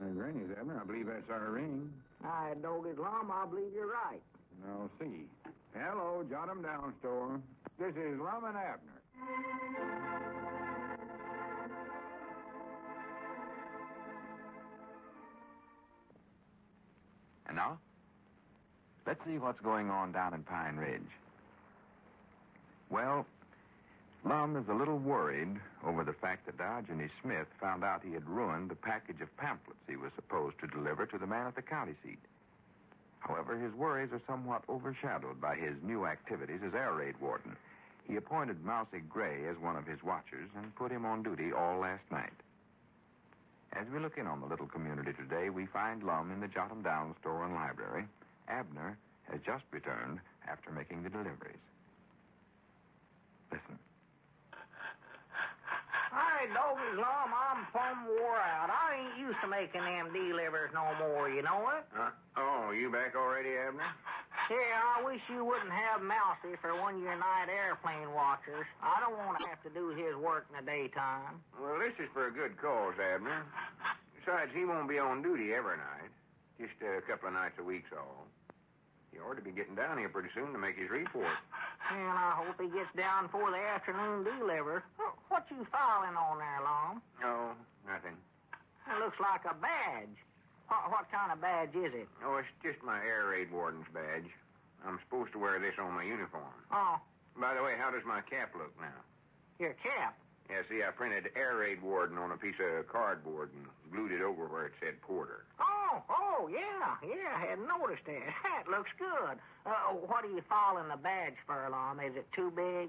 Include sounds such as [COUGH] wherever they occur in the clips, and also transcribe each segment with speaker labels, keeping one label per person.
Speaker 1: There's Rennie's Abner. I believe that's our ring.
Speaker 2: I don't Islam, I believe you're right.
Speaker 1: I'll see. Hello, jot 'em down, store. This is Lum and Abner.
Speaker 3: And now, let's see what's going on down in Pine Ridge. Well, Lum is a little worried over the fact that Diogenes Smith found out he had ruined the package of pamphlets he was supposed to deliver to the man at the county seat. However, his worries are somewhat overshadowed by his new activities as air raid warden. He appointed Mousy Gray as one of his watchers and put him on duty all last night. As we look in on the little community today, we find Lum in the Jot 'em Down store and library. Abner has just returned after making the deliveries. Listen.
Speaker 2: I don't Islam, I'm plumb wore out. I ain't used to making them delivers no more, you know it?
Speaker 1: oh, you back already, Abner?
Speaker 2: Yeah, I wish you wouldn't have Mousy for one of your night airplane watchers. I don't want to have to do his work in the daytime.
Speaker 1: Well, this is for a good cause, Abner. Besides, he won't be on duty every night. Just uh, a couple of nights a week's all. He ought to be getting down here pretty soon to make his report.
Speaker 2: And I hope he gets down for the afternoon deliver. Wh- What you filing on there, Lom?
Speaker 1: No, nothing.
Speaker 2: It looks like a badge. What, what kind of badge is it?
Speaker 1: Oh, it's just my air raid warden's badge. I'm supposed to wear this on my uniform.
Speaker 2: Oh,
Speaker 1: By the way, how does my cap look now?
Speaker 2: your cap.
Speaker 1: Yeah, see, I printed air raid warden on a piece of cardboard and glued it over where it said porter.
Speaker 2: Oh, oh, yeah, yeah, I hadn't noticed that. [LAUGHS] That looks good. Uh, what are you filing the badge for, Lom? Is it too big?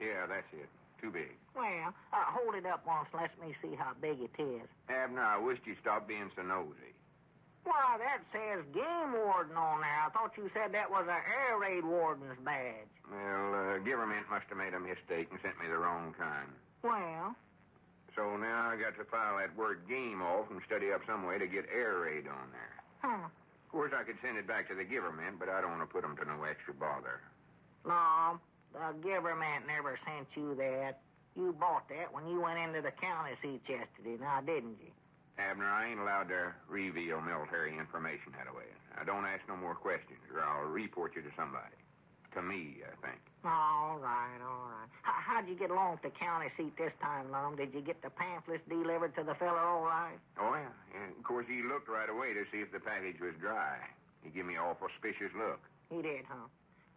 Speaker 1: Yeah, that's it. Too big.
Speaker 2: Well, uh, hold it up once. Let me see how big it is.
Speaker 1: Abner, I wished you'd stop being so nosy.
Speaker 2: Why, that says game warden on there. I thought you said that was an air raid warden's badge.
Speaker 1: Well, uh, Givermint must have made a mistake and sent me the wrong kind.
Speaker 2: Well,
Speaker 1: So now I got to file that word game off and study up some way to get air raid on there.
Speaker 2: huh.
Speaker 1: Of course, I could send it back to the Givermint, but I don't want to put 'em to no extra bother.
Speaker 2: Lom, the government never sent you that. You bought that when you went into the county seat yesterday, now didn't you?
Speaker 1: Abner, I ain't allowed to reveal military information that way. Now, don't ask no more questions, or I'll report you to somebody. To me, I think.
Speaker 2: All right, all right. How, how'd you get along at the county seat this time, Lom? Did you get the pamphlets delivered to the fella all right?
Speaker 1: Oh, yeah. And, of course, he looked right away to see if the package was dry. He give me an awful suspicious look.
Speaker 2: He did, huh?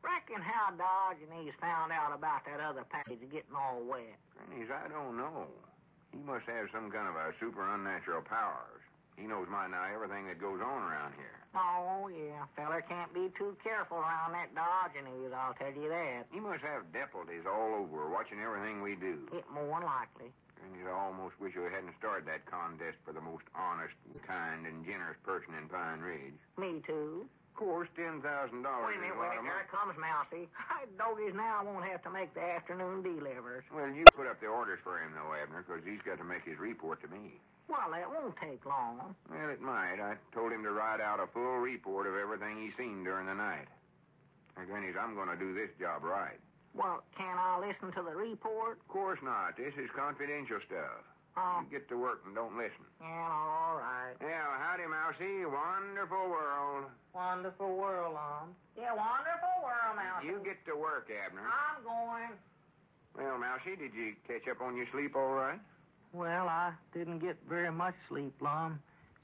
Speaker 2: Reckon how Dodge and he's found out about that other package getting all wet.
Speaker 1: Grannies, I don't know. He must have some kind of a super unnatural powers. He knows my nigh everything that goes on around here.
Speaker 2: Oh, yeah. Feller can't be too careful around that Diogenes, I'll tell you that.
Speaker 1: He must have deputies all over watching everything we do.
Speaker 2: It more than likely.
Speaker 1: Grannies, I almost wish we hadn't started that contest for the most honest, kind, and generous person in Pine Ridge.
Speaker 2: Me too.
Speaker 1: Of course, ten thousand dollars
Speaker 2: Wait a
Speaker 1: is a
Speaker 2: minute, wait a
Speaker 1: lot
Speaker 2: minute.
Speaker 1: of
Speaker 2: There
Speaker 1: money.
Speaker 2: comes Mousy. I doggies now won't have to make the afternoon delivers.
Speaker 1: Well, you put up the orders for him, though, Abner, because he's got to make his report to me.
Speaker 2: Well, that won't take long.
Speaker 1: Well, it might. I told him to write out a full report of everything he's seen during the night. Now, Grannies, I'm going to do this job right.
Speaker 2: Well, can I listen to the report?
Speaker 1: Of course not. This is confidential stuff.
Speaker 2: Oh,
Speaker 1: You get to work and don't listen.
Speaker 2: yeah, all right.
Speaker 1: Now, howdy, Mousie. Wonderful world.
Speaker 2: Wonderful world, Mom. Yeah, wonderful world, Mousy.
Speaker 1: You get to work, Abner.
Speaker 2: I'm going.
Speaker 1: Well, Mousie, did you catch up on your sleep all right?
Speaker 2: Well, I didn't get very much sleep, Lum.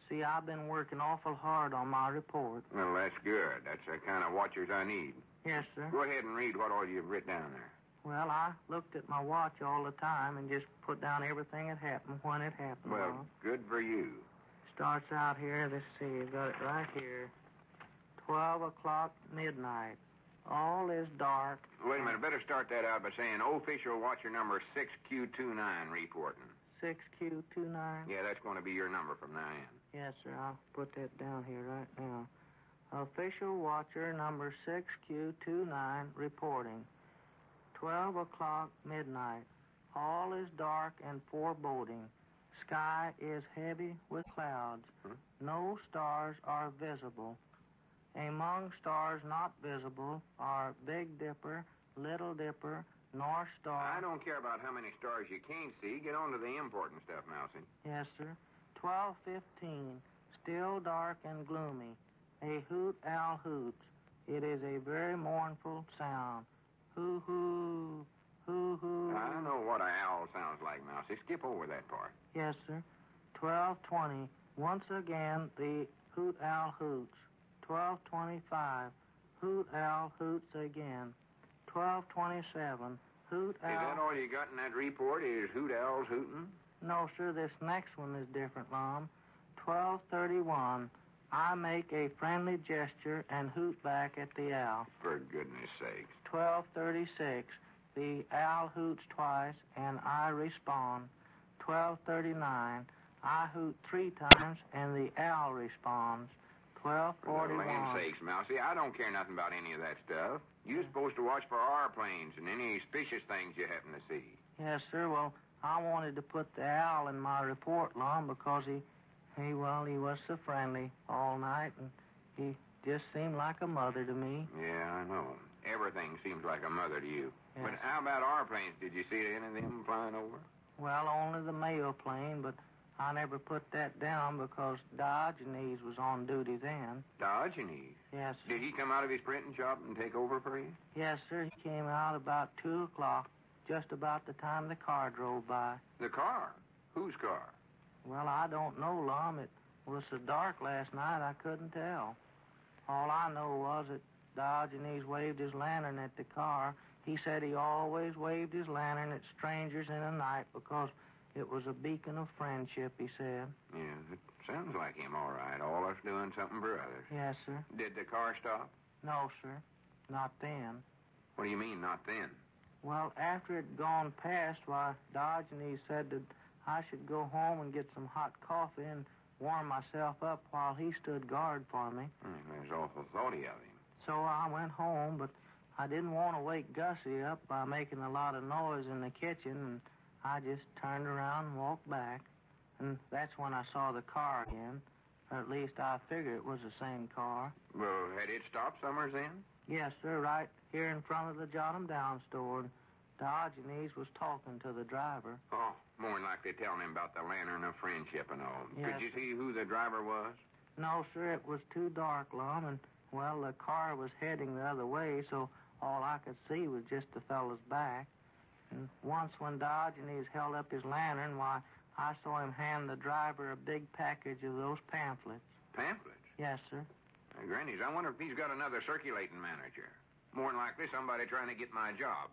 Speaker 2: See, I've been working awful hard on my report.
Speaker 1: Well, that's good. That's the kind of watchers I need.
Speaker 2: Yes, sir.
Speaker 1: Go ahead and read what all you've written down there.
Speaker 2: Well, I looked at my watch all the time and just put down everything that happened when it happened.
Speaker 1: Well, good for you.
Speaker 2: starts out here. Let's see, I've got it right here. Twelve o'clock midnight. All is dark.
Speaker 1: Wait a minute. Better start that out by saying official watcher number 6Q29 reporting.
Speaker 2: Six Q two nine.
Speaker 1: Yeah, that's going to be your number from now in.
Speaker 2: Yes, sir. I'll put that down here right now. Official watcher number six Q two nine reporting. Twelve o'clock midnight. All is dark and foreboding. Sky is heavy with clouds.
Speaker 1: Hmm?
Speaker 2: No stars are visible. Among stars not visible are Big Dipper, Little Dipper, North Star.
Speaker 1: I don't care about how many stars you can't see. Get on to the important stuff, Mousie.
Speaker 2: Yes, sir. Twelve fifteen. still dark and gloomy. A hoot owl hoots. It is a very mournful sound. Hoo hoo, hoo hoo.
Speaker 1: I know what an owl sounds like, Mousie. Skip over that part.
Speaker 2: Yes, sir. Twelve twenty. Once again, the hoot owl hoots. Twelve twenty-five. Hoot owl hoots again. Twelve twenty-seven. Hoot owl.
Speaker 1: Is that all you got in that report? Is hoot owls hooting?
Speaker 2: No, sir. This next one is different, Mom. Twelve thirty-one. I make a friendly gesture and hoot back at the owl.
Speaker 1: For goodness sakes.
Speaker 2: Twelve thirty-six. The owl hoots twice and I respond. Twelve thirty-nine. I hoot three times and the owl responds. Twelve
Speaker 1: For land's
Speaker 2: forty-one.
Speaker 1: sakes, Mousie, I don't care nothing about any of that stuff. You're supposed to watch for our planes and any suspicious things you happen to see.
Speaker 2: Yes, sir. Well, I wanted to put the owl in my report, Lon, because he, he, well, he was so friendly all night, and he just seemed like a mother to me.
Speaker 1: Yeah, I know. Everything seems like a mother to you.
Speaker 2: Yes.
Speaker 1: But how about our planes? Did you see any of them flying over?
Speaker 2: Well, only the mail plane, but I never put that down because Diogenes was on duty then.
Speaker 1: Diogenes.
Speaker 2: Yes,
Speaker 1: Did he come out of his printing shop and take over for you?
Speaker 2: yes, sir. He came out about two o'clock, just about the time the car drove by.
Speaker 1: The car. Whose car?
Speaker 2: Well, I don't know, Lum. It was so dark last night I couldn't tell. All I know was that Diogenes waved his lantern at the car. He said he always waved his lantern at strangers in the night because it was a beacon of friendship, he said.
Speaker 1: Yeah, it sounds like him, all right. All us doing something for others.
Speaker 2: Yes, sir.
Speaker 1: Did the car stop?
Speaker 2: No, sir. Not then.
Speaker 1: What do you mean, not then?
Speaker 2: Well, after it'd gone past, why, Diogenes said that I should go home and get some hot coffee and warm myself up while he stood guard for me.
Speaker 1: Hmm, there's awful thoughty of him.
Speaker 2: So I went home, but I didn't want to wake Gussie up by making a lot of noise in the kitchen, and I just turned around and walked back. And that's when I saw the car again. Or at least I figure it was the same car.
Speaker 1: Well, had it stopped somewhere then?
Speaker 2: Yes, sir, right here in front of the Jot 'em Down store. And Diogenes was talking to the driver.
Speaker 1: Oh, more than likely telling him about the lantern of friendship and all.
Speaker 2: Yes.
Speaker 1: Could you see who the driver was?
Speaker 2: No, sir, it was too dark, Lum, and, well, the car was heading the other way, so all I could see was just the fellow's back. And once when Diogenes held up his lantern, why, I saw him hand the driver a big package of those pamphlets.
Speaker 1: Pamphlets.
Speaker 2: Yes, sir.
Speaker 1: Uh, Granny's, I wonder if he's got another circulating manager. More than likely, somebody trying to get my job.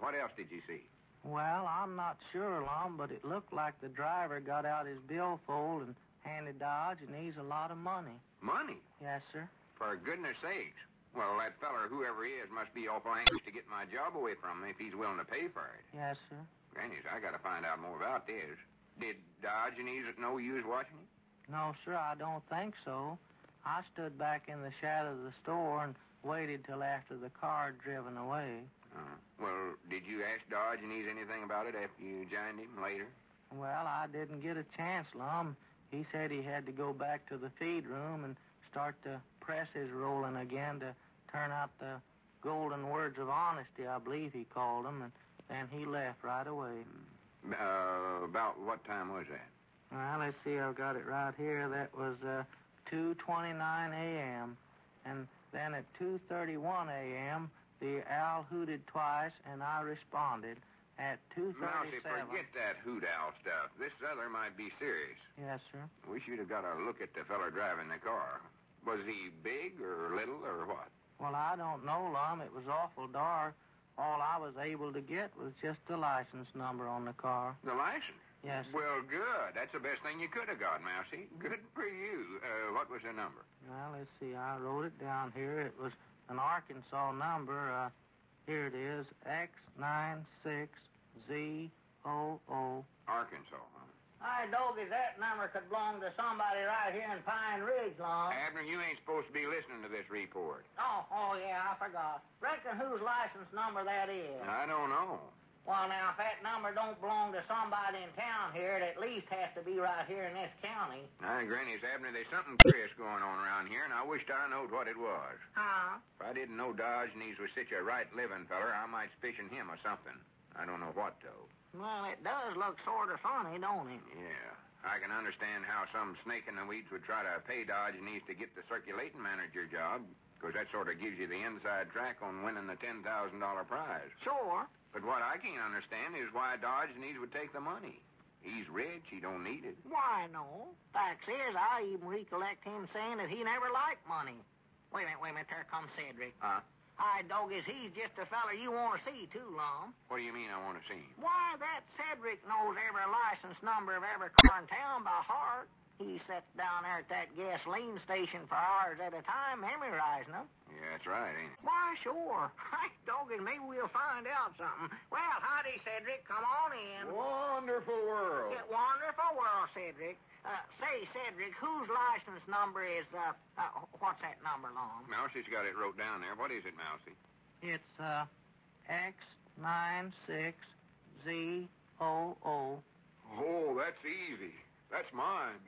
Speaker 1: What else did you see?
Speaker 2: Well, I'm not sure, Lum, but it looked like the driver got out his billfold and handed Diogenes a lot of money.
Speaker 1: Money.
Speaker 2: Yes, sir.
Speaker 1: For goodness sakes. Well, that feller, whoever he is, must be awful anxious to get my job away from him if he's willing to pay for it.
Speaker 2: Yes, sir.
Speaker 1: Granny's, I gotta find out more about this. Did Diogenes know you was watching him?
Speaker 2: No, sir, I don't think so. I stood back in the shadow of the store and waited till after the car had driven away.
Speaker 1: Uh, well, did you ask Diogenes anything about it after you joined him later?
Speaker 2: Well, I didn't get a chance, Lum. He said he had to go back to the feed room and start the presses rolling again to turn out the golden words of honesty, I believe he called them, and then he left right away.
Speaker 1: Uh, about what time was that?
Speaker 2: Well, let's see, I've got it right here. That was uh, 2.29 a.m. And then at 2.31 a.m., the owl hooted twice, and I responded. At 2.37...
Speaker 1: Mousy, forget that hoot owl stuff. This other might be serious.
Speaker 2: Yes, sir.
Speaker 1: We should have got a look at the feller driving the car. Was he big or little or what?
Speaker 2: Well, I don't know, Lum. It was awful dark. All I was able to get was just the license number on the car.
Speaker 1: The license.
Speaker 2: Yes, sir.
Speaker 1: Well, good. That's the best thing you could have got, Mousie. Good for you. Uh, what was the number?
Speaker 2: Well, let's see. I wrote it down here. It was an Arkansas number. Uh, here it is. X96ZOO.
Speaker 1: Arkansas. Huh?
Speaker 2: Hey, Dogies, that number could belong to somebody right here in Pine Ridge, Long.
Speaker 1: Abner, you ain't supposed to be listening to this report.
Speaker 2: Oh, oh, yeah, I forgot. Reckon whose license number that is.
Speaker 1: I don't know.
Speaker 2: Well, now, if that number don't belong to somebody in town here, it at least has to be right here in this county.
Speaker 1: Now, Granny's Abner, there's something curious going on around here, and I wished I knowed what it was.
Speaker 2: Huh?
Speaker 1: If I didn't know Diogenes was such a right living feller, I might suspicion him or something. I don't know what, though.
Speaker 2: Well, it does look sort of funny, don't it?
Speaker 1: Yeah. I can understand how some snake in the weeds would try to pay Dodge and East to get the circulating manager job, because that sort of gives you the inside track on winning the $10,000 prize.
Speaker 2: Sure.
Speaker 1: But what I can't understand is why Dodge and East would take the money. He's rich. He don't need it.
Speaker 2: Why, no. Fact is, I even recollect him saying that he never liked money. Wait a minute, wait a minute. There comes Cedric.
Speaker 1: Huh?
Speaker 2: Hi, Dogus. He's just a feller you want to see too long.
Speaker 1: What do you mean I want to see him?
Speaker 2: Why, that Cedric knows every license number of every car in town by heart. He sits down there at that gasoline station for hours at a time memorizing them.
Speaker 1: Yeah, that's right, ain't it?
Speaker 2: Why, sure. [LAUGHS] Hey, Dogus, maybe we'll find out something. Well, howdy, Cedric. Come on in.
Speaker 1: Wonderful world.
Speaker 2: It's wonderful world, Cedric. Uh, say, Cedric, whose license number is, uh, uh what's that number, Long?
Speaker 1: Mousie's got it wrote down there. What is it, Mousie?
Speaker 2: It's, uh, X96ZOO.
Speaker 1: Oh, that's easy. That's mine.